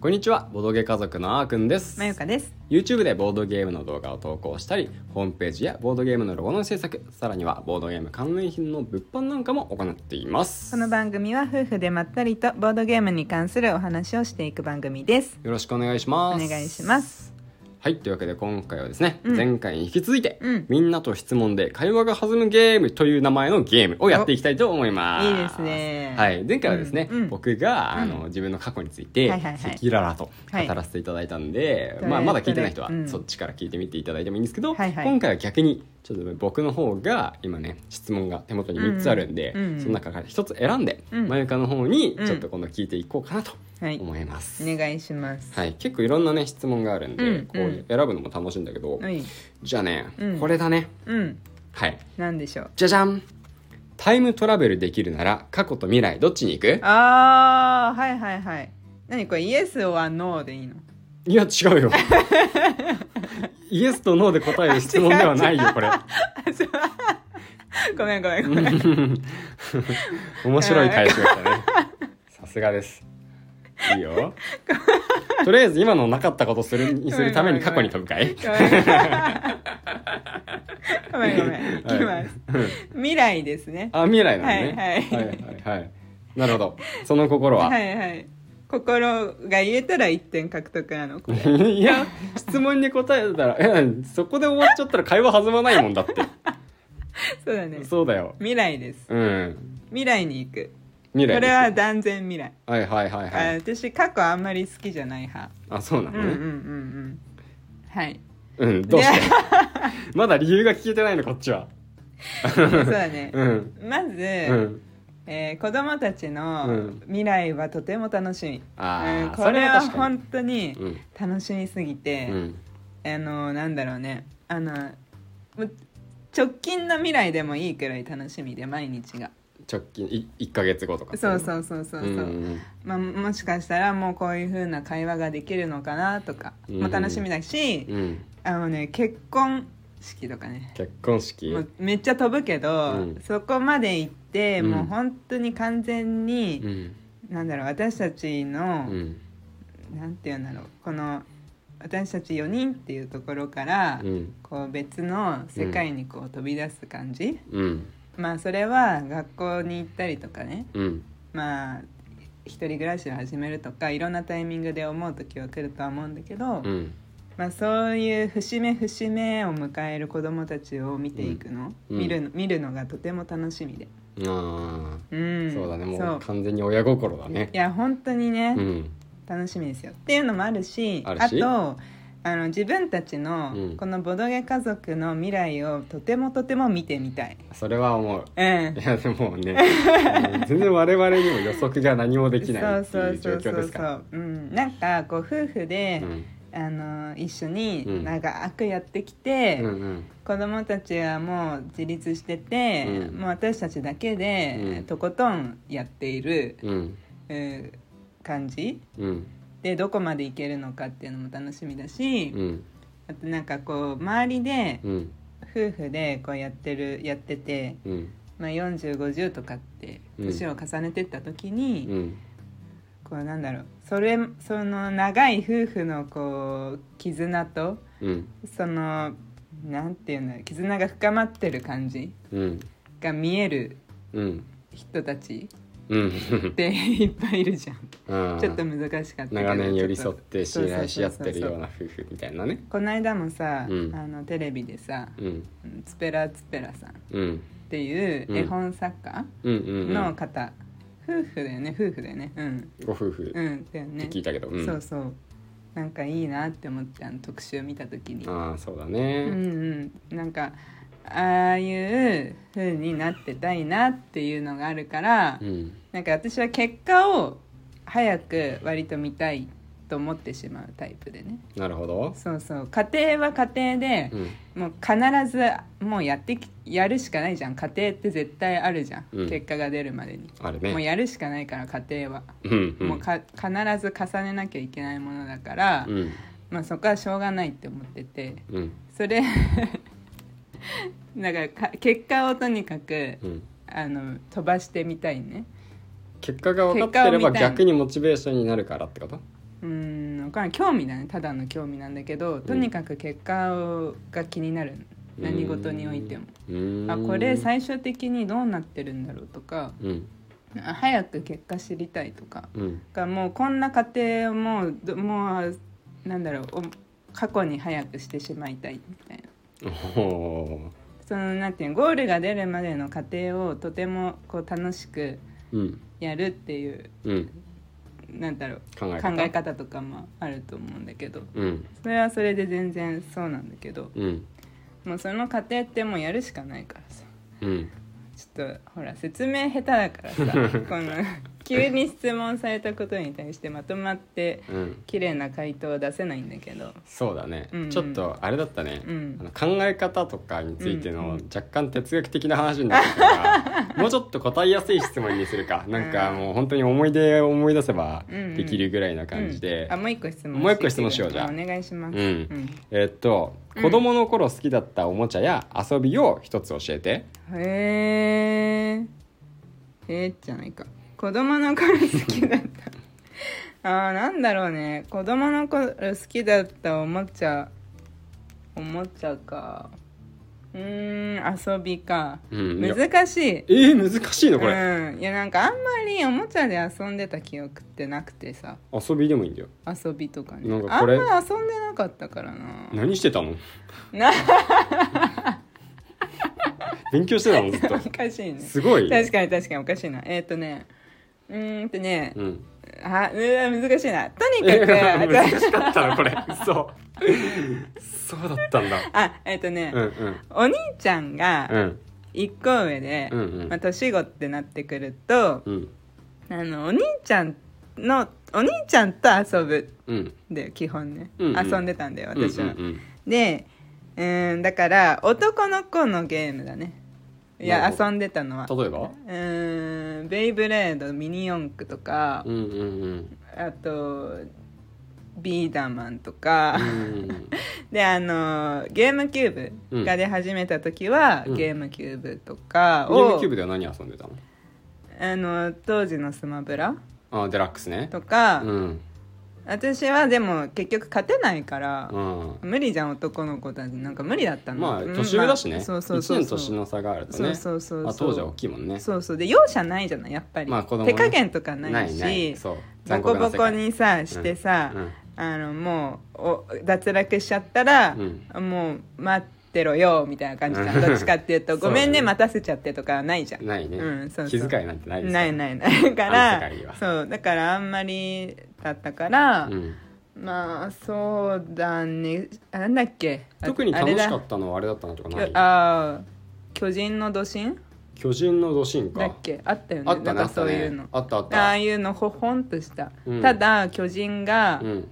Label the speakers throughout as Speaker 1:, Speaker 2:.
Speaker 1: こんにちはボードゲ家族のあーくんです
Speaker 2: まゆかです
Speaker 1: YouTube でボードゲームの動画を投稿したりホームページやボードゲームのロゴの制作さらにはボードゲーム関連品の物販なんかも行っています
Speaker 2: この番組は夫婦でまったりとボードゲームに関するお話をしていく番組です
Speaker 1: よろしくお願いします
Speaker 2: お願いします
Speaker 1: はいというわけで今回はですね、
Speaker 2: うん
Speaker 1: 前回に引き続いて、
Speaker 2: うん
Speaker 1: みんなと質問で会話が弾むゲームという名前のゲームをやっていきたいと思います
Speaker 2: いいですね
Speaker 1: はい、前回はですね、
Speaker 2: うんうん
Speaker 1: 僕が、あ
Speaker 2: う
Speaker 1: の自分の過去について
Speaker 2: はいはいはい
Speaker 1: 赤裸々と
Speaker 2: はい
Speaker 1: 語らせていただいたんで、
Speaker 2: どれ
Speaker 1: まあ、まだ聞いてない人は
Speaker 2: どれうん
Speaker 1: そっちから聞いてみていただいてもいいんですけど、
Speaker 2: はいはい
Speaker 1: 今回は逆にちょっと僕の方が今ね質問が手元に3つあるんで、
Speaker 2: うんうん
Speaker 1: その中から1つ選んで、
Speaker 2: うん
Speaker 1: まゆかの方に
Speaker 2: うん
Speaker 1: ちょっと今度聞いていこうかなと
Speaker 2: はい
Speaker 1: 思います。
Speaker 2: お願いします
Speaker 1: はい、結構いろんなね質問があるんで、
Speaker 2: うん
Speaker 1: こういう選ぶのも楽しいんだけど、
Speaker 2: はい
Speaker 1: じゃあね、
Speaker 2: うん
Speaker 1: これだね
Speaker 2: うん
Speaker 1: はい
Speaker 2: なんでしょう
Speaker 1: じゃじゃんタイムトラベルできるなら過去と未来どっちに行く
Speaker 2: あーはいはいはい何これイエスはノーでいいの
Speaker 1: いや違うよイエスとノーで答える質問ではないよこれ
Speaker 2: ごめんごめんごめん
Speaker 1: 面白い返しだったねさすがですいいよとりあえず今のなかったことするにするために過去に飛ぶかい
Speaker 2: ごめんごめんごめんいき
Speaker 1: は
Speaker 2: ます未来ですね
Speaker 1: あ未来なのね
Speaker 2: はい
Speaker 1: は
Speaker 2: はいい
Speaker 1: はいはいなるほどその心は
Speaker 2: はいはい心が言えたら1点獲得なのこれ
Speaker 1: いや質問に答えたらいやそこで終わっちゃったら会話弾まないもんだって
Speaker 2: そうだね
Speaker 1: そうだよ
Speaker 2: 未来です
Speaker 1: うん
Speaker 2: 未来に行く
Speaker 1: 未来
Speaker 2: こ
Speaker 1: ですよ
Speaker 2: れは断然未来、
Speaker 1: はいはいはいは
Speaker 2: あ
Speaker 1: い
Speaker 2: 私過去あんまり好きじゃない派
Speaker 1: あそうな
Speaker 2: うん
Speaker 1: の
Speaker 2: うんうんう
Speaker 1: ね
Speaker 2: んはい
Speaker 1: うんどうして まだ理由が聞けてないのこっちは
Speaker 2: で そうだね
Speaker 1: うん
Speaker 2: まず、
Speaker 1: うん
Speaker 2: えー子供たち
Speaker 1: う
Speaker 2: の
Speaker 1: ん
Speaker 2: 未来はとても楽しみ、
Speaker 1: あ
Speaker 2: うん
Speaker 1: あ
Speaker 2: これは
Speaker 1: 確かに
Speaker 2: 本当に
Speaker 1: うん
Speaker 2: 楽しみすぎて、
Speaker 1: うん
Speaker 2: あのなんだろうねあのもう直近の未来でもいいくらい楽しみで毎日が
Speaker 1: 直近い一ヶ月後とか
Speaker 2: そう
Speaker 1: う
Speaker 2: そうそうそうそう、
Speaker 1: ん
Speaker 2: まあ、もしかしたらもうこういう風な会話ができるのかなとか
Speaker 1: うん
Speaker 2: も楽しみだし、
Speaker 1: うん
Speaker 2: あのね結婚式とかね
Speaker 1: 結婚式
Speaker 2: もうめっちゃ飛ぶけど、
Speaker 1: うん
Speaker 2: そこまで行って、
Speaker 1: うん
Speaker 2: もう本当に完全
Speaker 1: う
Speaker 2: に、
Speaker 1: ん
Speaker 2: なんだろう私たち
Speaker 1: う
Speaker 2: の、
Speaker 1: ん
Speaker 2: なんて言うんだろうこの私たち4人っていうところから、
Speaker 1: うん
Speaker 2: こう別の世界にこう飛び出す感じ、
Speaker 1: うん
Speaker 2: まあそれは学校に行ったりとかね
Speaker 1: うん
Speaker 2: まあ一人暮らしを始めるとかいろんなタイミングで思う時は来るとは思うんだけど、
Speaker 1: うん
Speaker 2: まあ、そういう節目節目を迎える子どもたちを見ていくの、
Speaker 1: うん
Speaker 2: 見るの見るのがとても楽しみで、
Speaker 1: あ
Speaker 2: うん、
Speaker 1: あそうだね
Speaker 2: そ
Speaker 1: もう
Speaker 2: う
Speaker 1: 完全に親心だね
Speaker 2: いや本当にね、
Speaker 1: うん
Speaker 2: 楽しみですよっていうのもあるし
Speaker 1: あるし
Speaker 2: とあの自分たちの
Speaker 1: うん
Speaker 2: このボドゲ家族の未来をとてもとても見てみたい、
Speaker 1: それは思う
Speaker 2: うん
Speaker 1: い、や でもねうん全然我々にも予測が何もできないっていう状況ですから
Speaker 2: う、うん、なんかこう夫婦で、
Speaker 1: うん
Speaker 2: あの一緒
Speaker 1: うん
Speaker 2: に長くやってきて、
Speaker 1: うんうん
Speaker 2: 子供たちはもう自立してて、
Speaker 1: うん
Speaker 2: もう私たちだけで、
Speaker 1: うん
Speaker 2: とことんやっている、
Speaker 1: うん
Speaker 2: うん感じ
Speaker 1: うん
Speaker 2: でどこまでいけるのかっていうのも楽しみだし、
Speaker 1: うん
Speaker 2: あとなんかこう周りで
Speaker 1: うん
Speaker 2: 夫婦でこうやってるやってて、
Speaker 1: うん
Speaker 2: まあ、4050とかって
Speaker 1: うん
Speaker 2: 年を重ねてった時に、
Speaker 1: うん
Speaker 2: こうなんだろうそれその長い夫婦のこう絆と
Speaker 1: うん
Speaker 2: そのなんていうんだろう絆が深まってる感じ
Speaker 1: うん
Speaker 2: が見える
Speaker 1: うん
Speaker 2: 人たち
Speaker 1: うん
Speaker 2: っていっぱいいるじゃん
Speaker 1: うん
Speaker 2: ちょっと難しかったけど
Speaker 1: 長年寄り
Speaker 2: ちょ
Speaker 1: 添っ
Speaker 2: と
Speaker 1: て信頼し合ってるよう
Speaker 2: そうそうそうそう
Speaker 1: な夫婦みたいなね
Speaker 2: この間もさ、
Speaker 1: うん
Speaker 2: あのテレビでさ
Speaker 1: うん
Speaker 2: ツペラツペラさんっ
Speaker 1: うん
Speaker 2: ていう絵本作家、
Speaker 1: うんうんう
Speaker 2: の
Speaker 1: ん
Speaker 2: 方、夫婦だよね夫婦だよねうん
Speaker 1: ご夫婦っ
Speaker 2: うんだ
Speaker 1: て
Speaker 2: よね
Speaker 1: 聞いたけどうん
Speaker 2: そうそうなんかいいなって思ってあの特集見た時に
Speaker 1: ああそうだ
Speaker 2: うん
Speaker 1: ね
Speaker 2: うんなんかああいう風になってたいなっていうのがあるから、
Speaker 1: うん
Speaker 2: なんか私は結果を早く割と見たいと思ってしまうタイプでね
Speaker 1: なるほど
Speaker 2: そうそう家庭は家庭で
Speaker 1: う、ん
Speaker 2: もう必ずもうやってきやるしかないじゃん家庭って絶対あるじゃん、
Speaker 1: うん
Speaker 2: 結果が出るまでに
Speaker 1: あれ
Speaker 2: もう
Speaker 1: ね
Speaker 2: やるしかないから家庭は、
Speaker 1: うんうん
Speaker 2: もうか必ず重ねなきゃいけないものだから、
Speaker 1: うん
Speaker 2: まあ、そこはしょうがないって思ってて
Speaker 1: うん
Speaker 2: それ だからか結果をとにかく
Speaker 1: うん
Speaker 2: あの飛ばしてみたいね
Speaker 1: 結果が分かってれば
Speaker 2: 結果を見たい
Speaker 1: 逆にモチベーションになるからってこと
Speaker 2: うーんわからん興味だねただの興味なんだけどとにかく結果をが気になる何事においても
Speaker 1: うん
Speaker 2: あこれ最終的にどうなってるんだろうとか
Speaker 1: うん
Speaker 2: あ早く結果知りたいとか
Speaker 1: うん
Speaker 2: がもうこんな過程をもうどもうなんだろうお過去に早くしてしまいたいみたいな
Speaker 1: おお
Speaker 2: そのなんていうのゴールが出るまでの過程をとてもこう楽しく
Speaker 1: うん
Speaker 2: やるっていう
Speaker 1: うん
Speaker 2: なんだろう
Speaker 1: 考え
Speaker 2: 考
Speaker 1: 方
Speaker 2: え方とかもあると思うんだけど
Speaker 1: うん
Speaker 2: それはそれで全然そうなんだけど
Speaker 1: うん
Speaker 2: もうその過程ってもうやるしかないからさ
Speaker 1: うん
Speaker 2: ちょっとほら説明下手だからさ この急に質問されたことに対してまとまって
Speaker 1: うん
Speaker 2: 綺麗な回答は出せないんだけど
Speaker 1: そうだね、
Speaker 2: うん
Speaker 1: ちょっとあれだったね、
Speaker 2: うん
Speaker 1: あの考え方とかについて
Speaker 2: うん
Speaker 1: の
Speaker 2: うん
Speaker 1: 若干哲学的な話になってたから、 もうちょっと答えやすい質問にするかなんかもう本当に思い出を思い出せば
Speaker 2: うん
Speaker 1: できるぐらいな感じで、
Speaker 2: うんあもう一個質問
Speaker 1: もう一個質問しようじゃあ
Speaker 2: お願いします、
Speaker 1: うん
Speaker 2: ん
Speaker 1: えっと
Speaker 2: うん
Speaker 1: 子供の頃好きだったおもちゃや遊びを一つ教えて、
Speaker 2: へええー、じゃないか子供の頃好きだったあーなんだろうね子供の頃好きだったおもちゃおもちゃかうーん遊びか、
Speaker 1: うん
Speaker 2: 難しい
Speaker 1: えー、難しいのこれ、
Speaker 2: うんいやなんかあんまりおもちゃで遊んでた記憶ってなくてさ
Speaker 1: 遊びでもいいんだよ
Speaker 2: 遊びとかね
Speaker 1: なんか
Speaker 2: あ
Speaker 1: こ
Speaker 2: んま
Speaker 1: れ
Speaker 2: り遊んでなかったからな
Speaker 1: 何してたの
Speaker 2: な
Speaker 1: 勉強してたのずっと
Speaker 2: おかしいね
Speaker 1: すごい
Speaker 2: 確かに確かにおかしいなえっ、とねうーんとね、
Speaker 1: うん
Speaker 2: あ、うわ難しいな。と にかく、あ
Speaker 1: 難
Speaker 2: と
Speaker 1: しかったなこれそうそうだったんだ
Speaker 2: あ、えっ、とね、
Speaker 1: うんうん
Speaker 2: お兄ちゃん
Speaker 1: う
Speaker 2: が
Speaker 1: ん
Speaker 2: 一個上で、
Speaker 1: うんうん
Speaker 2: まあ、年子ってなってくると、
Speaker 1: うん
Speaker 2: あの、お兄ちゃんの、お兄ちゃんと遊ぶ
Speaker 1: うん
Speaker 2: んだよ、基本ね。
Speaker 1: うんうん
Speaker 2: 遊んでたんだよ、私は。
Speaker 1: うんうん
Speaker 2: で、うーん、だから、男の子のゲームだね。い
Speaker 1: な
Speaker 2: や、
Speaker 1: るほど
Speaker 2: 遊んでたのは。
Speaker 1: うん例えば
Speaker 2: うーん、ベイブレード、ミニ四駆とか、
Speaker 1: うんうんうん
Speaker 2: あと、ビーダーマンとか、
Speaker 1: うん
Speaker 2: であのーゲームキューブが出始めた時は、
Speaker 1: うん
Speaker 2: ゲームキューブとか
Speaker 1: ゲ
Speaker 2: を
Speaker 1: ームキューブでは何遊んでたの
Speaker 2: あの当時のスマブラ
Speaker 1: あデラックスね
Speaker 2: とか、
Speaker 1: うん
Speaker 2: 私はでも結局勝てないから
Speaker 1: う、ん
Speaker 2: 無理じゃん男の子たちなんか無理だったの
Speaker 1: まあ
Speaker 2: うん
Speaker 1: 年上だし
Speaker 2: ま
Speaker 1: ね
Speaker 2: あそうそう
Speaker 1: 1
Speaker 2: そう
Speaker 1: 年年の差があるとね
Speaker 2: そうそうそうそう
Speaker 1: まあ当時は大きいもんね
Speaker 2: そうそうで容赦ないじゃないやっぱり、
Speaker 1: まあ子供ね
Speaker 2: 手加減とかないし
Speaker 1: ないそう
Speaker 2: ボ
Speaker 1: 残
Speaker 2: コ
Speaker 1: 酷な
Speaker 2: ボ
Speaker 1: 世
Speaker 2: コ
Speaker 1: 界
Speaker 2: にさしてさ、
Speaker 1: うん
Speaker 2: あのもうお脱落しちゃったら、もう待ってろよみたいな感じ じゃん
Speaker 1: うん
Speaker 2: どっちかっていうと
Speaker 1: そうだ
Speaker 2: ご
Speaker 1: ね
Speaker 2: めんね待たせちゃってとかはないじゃん
Speaker 1: ないね、
Speaker 2: うんそうそう
Speaker 1: 気遣いなんてないです
Speaker 2: ない
Speaker 1: い、
Speaker 2: ないないだか
Speaker 1: あの
Speaker 2: ら
Speaker 1: 世界には
Speaker 2: そうだからあんまりだったから、
Speaker 1: うん、
Speaker 2: まあそうだねあなんだっけあ
Speaker 1: 特に楽しか
Speaker 2: あ
Speaker 1: ったのはあれだったなとか
Speaker 2: れだ
Speaker 1: ない
Speaker 2: あー巨人の土神
Speaker 1: 巨人の土神
Speaker 2: だっ
Speaker 1: か
Speaker 2: けあったよね
Speaker 1: あったねあ
Speaker 2: なん
Speaker 1: っ
Speaker 2: かそ
Speaker 1: た
Speaker 2: うい
Speaker 1: ね
Speaker 2: うの
Speaker 1: あったあっ
Speaker 2: あ
Speaker 1: た
Speaker 2: あいうのほほんとした、
Speaker 1: うん
Speaker 2: ただ巨人が
Speaker 1: うん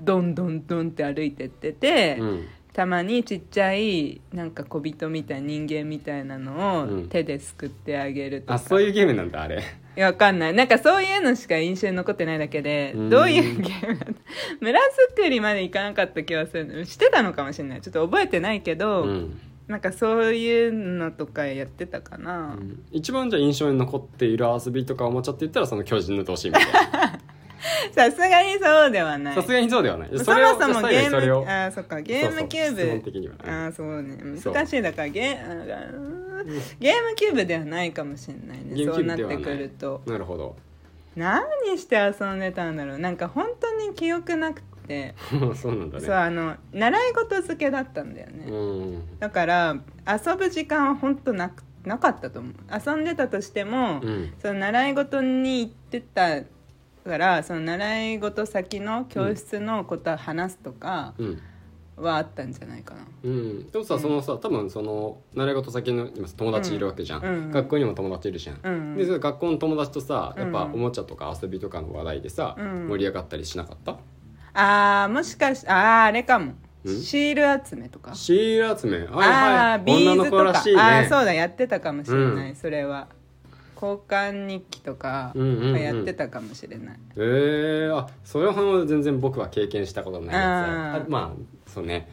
Speaker 2: どんどんどんって歩いてってて、
Speaker 1: うん
Speaker 2: たまにちっちゃいなんか小人みたい人間みたいなの
Speaker 1: う
Speaker 2: を
Speaker 1: ん
Speaker 2: 手ですくってあげるとか、
Speaker 1: あそういうゲームなんだあれ
Speaker 2: いやわかんないなんかそういうのしか印象に残ってないだけで
Speaker 1: うん
Speaker 2: どういうゲームだった 村作りまでいかなかった気はするしてたのかもしれないちょっと覚えてないけ
Speaker 1: う
Speaker 2: ど、
Speaker 1: ん、
Speaker 2: なんかそういうのとかやってたか
Speaker 1: う
Speaker 2: な、
Speaker 1: ん一番じゃあ印象に残っている遊びとかおもちゃって言ったらその巨人の土神みたいな
Speaker 2: さすがにそうではない
Speaker 1: さすがにそうではない
Speaker 2: そ
Speaker 1: それを
Speaker 2: もそも
Speaker 1: じゃあ最後
Speaker 2: ゲ
Speaker 1: にそれ
Speaker 2: ー
Speaker 1: を
Speaker 2: ムあそっかゲームキューブ
Speaker 1: そうそう質問的にはね
Speaker 2: あそうね
Speaker 1: そう
Speaker 2: 難しいだからゲーあうーんゲームキューブではないかもしれないね
Speaker 1: ゲーム
Speaker 2: そ
Speaker 1: キュ
Speaker 2: う
Speaker 1: ー
Speaker 2: な
Speaker 1: ブ
Speaker 2: っ
Speaker 1: で
Speaker 2: て
Speaker 1: はない
Speaker 2: くると
Speaker 1: なるほど
Speaker 2: 何して遊んでたんだろうなんか本当に記憶なくて、
Speaker 1: そうなんだね
Speaker 2: そうあの習い事付けだったんだよね、
Speaker 1: うん
Speaker 2: だから遊ぶ時間は本当なくなかったと思う遊んでたとしても、
Speaker 1: うん
Speaker 2: その習い事に行ってたからその習い事先の教室のことを話すとか
Speaker 1: うん
Speaker 2: はあったんじゃないかな、
Speaker 1: うん、でもさそのさ多分その習い事先の今友達いるわけじゃん、
Speaker 2: うんうん
Speaker 1: 学校にも友達いるじゃん、
Speaker 2: うんうん
Speaker 1: でその学校の友達とさやっぱ
Speaker 2: うん
Speaker 1: おもちゃとか遊びとかの話題でさ、
Speaker 2: うん
Speaker 1: 盛り上がったりしなかった
Speaker 2: ああもしかしあああれかも
Speaker 1: ん
Speaker 2: シール集めとか
Speaker 1: シール集めはい
Speaker 2: あ
Speaker 1: は
Speaker 2: あ
Speaker 1: い
Speaker 2: ビーズとか
Speaker 1: 女の子らしいね
Speaker 2: ああそうだやってたかもしれない、
Speaker 1: うん
Speaker 2: それは交換日記とか
Speaker 1: うんうんうん
Speaker 2: やってたかもしれない、
Speaker 1: えー、あそれは全然僕は経験したことないやつ
Speaker 2: あー
Speaker 1: あまあそうね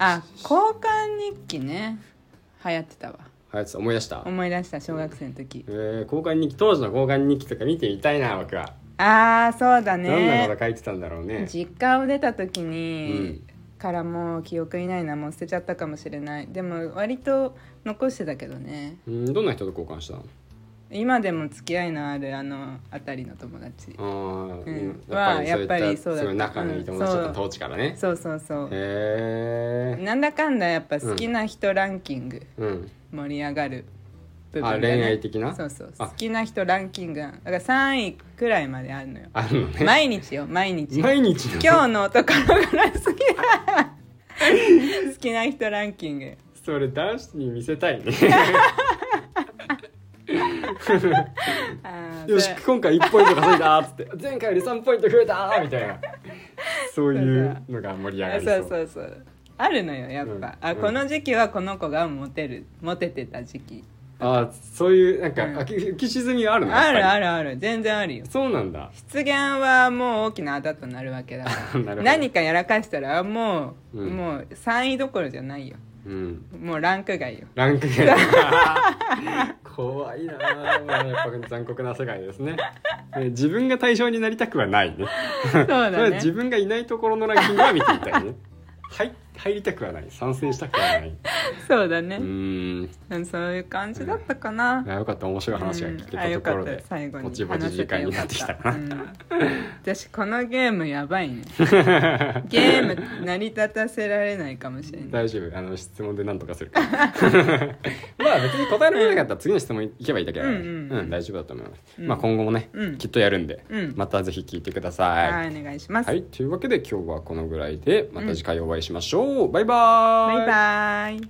Speaker 2: あ交換日記ね流行ってたわ
Speaker 1: はやつ思い出した、
Speaker 2: 思い出した小学生の時
Speaker 1: えー、交換日記当時の交換日記とか見てみたいな僕は
Speaker 2: ああそうだ
Speaker 1: どんなこ
Speaker 2: ね
Speaker 1: と書いてたんだろうね
Speaker 2: 実家を出た時
Speaker 1: う
Speaker 2: に
Speaker 1: ん、
Speaker 2: からもう記憶にないなもう捨てちゃったかもしれないでも割と残してたけどね
Speaker 1: うん、どんな人と交換したの
Speaker 2: 今でも付き合いのあるあの辺りの友達
Speaker 1: ああ、
Speaker 2: うん
Speaker 1: やっぱ
Speaker 2: はやっぱ
Speaker 1: り
Speaker 2: り
Speaker 1: そ
Speaker 2: そうう
Speaker 1: いった
Speaker 2: だった
Speaker 1: すごい仲のいい友達だった、
Speaker 2: うんそう
Speaker 1: 当時からね
Speaker 2: そうそうそう
Speaker 1: へえ
Speaker 2: なんだかんだやっぱ好きな人ランキング
Speaker 1: うん
Speaker 2: 盛り上がる部分
Speaker 1: あ
Speaker 2: だね
Speaker 1: 恋愛的な
Speaker 2: そうそう
Speaker 1: あ
Speaker 2: 好きな人ランキングだから3位くらいまであるのよ
Speaker 1: あるのね
Speaker 2: 毎日よ毎日
Speaker 1: 毎日の
Speaker 2: 今日の男の子が好きな好きな人ランキング
Speaker 1: それ男子に見せたいね
Speaker 2: あー
Speaker 1: よ
Speaker 2: そ
Speaker 1: し
Speaker 2: れ
Speaker 1: 今回1ポイント稼いだーっつって前回より3ポイント増えたーみた いなそういうのが盛り上が
Speaker 2: あ
Speaker 1: り
Speaker 2: そう
Speaker 1: そう
Speaker 2: そうそうあるのよやっぱ、
Speaker 1: うん
Speaker 2: あ
Speaker 1: うん
Speaker 2: この時期はこの子がモテるモテてた時期
Speaker 1: あそういうなんか
Speaker 2: うん
Speaker 1: あき浮き沈みはあるの
Speaker 2: あるあ
Speaker 1: る
Speaker 2: るある全然あるよ
Speaker 1: そうなんだ
Speaker 2: 失言はもう大きなあだとなるわけだか
Speaker 1: なるほ
Speaker 2: ら
Speaker 1: ど
Speaker 2: 何かやらかしたらもう、
Speaker 1: うん
Speaker 2: もう3位どころじゃないよ
Speaker 1: うん
Speaker 2: もうランク外 よ
Speaker 1: ランク 外怖いなー、まあ、やっぱ残酷な世界ですねね自分が対象になりたくはないね
Speaker 2: そうだ
Speaker 1: それは
Speaker 2: ね
Speaker 1: 自分がいないところのランキングは見てみたい ねはい入りたくはない参戦したくはない
Speaker 2: そうだね
Speaker 1: う、ーん
Speaker 2: うんそういう感じだったかな、
Speaker 1: あよかった面白い話が聞けたところ
Speaker 2: うんあよかっ
Speaker 1: で
Speaker 2: た、最後に
Speaker 1: ぼちぼち時間になってきた
Speaker 2: う
Speaker 1: な、
Speaker 2: ん、私このゲームやばい ねゲーム成り立たせられないかもしれない
Speaker 1: 大丈夫あの質問で何とかするから まあ別に答えられなかったら次の質問いけばいいだけだから、
Speaker 2: うんうんうん
Speaker 1: 大丈夫だと思います、
Speaker 2: うん
Speaker 1: まあ今後もね、
Speaker 2: うん
Speaker 1: きっとやるんで、
Speaker 2: うん
Speaker 1: またぜひ聞いてください、
Speaker 2: はい、お願いします、
Speaker 1: はい、というわけで今日はこのぐらいでまた次回お会いしましょう、バイバー
Speaker 2: バイバイ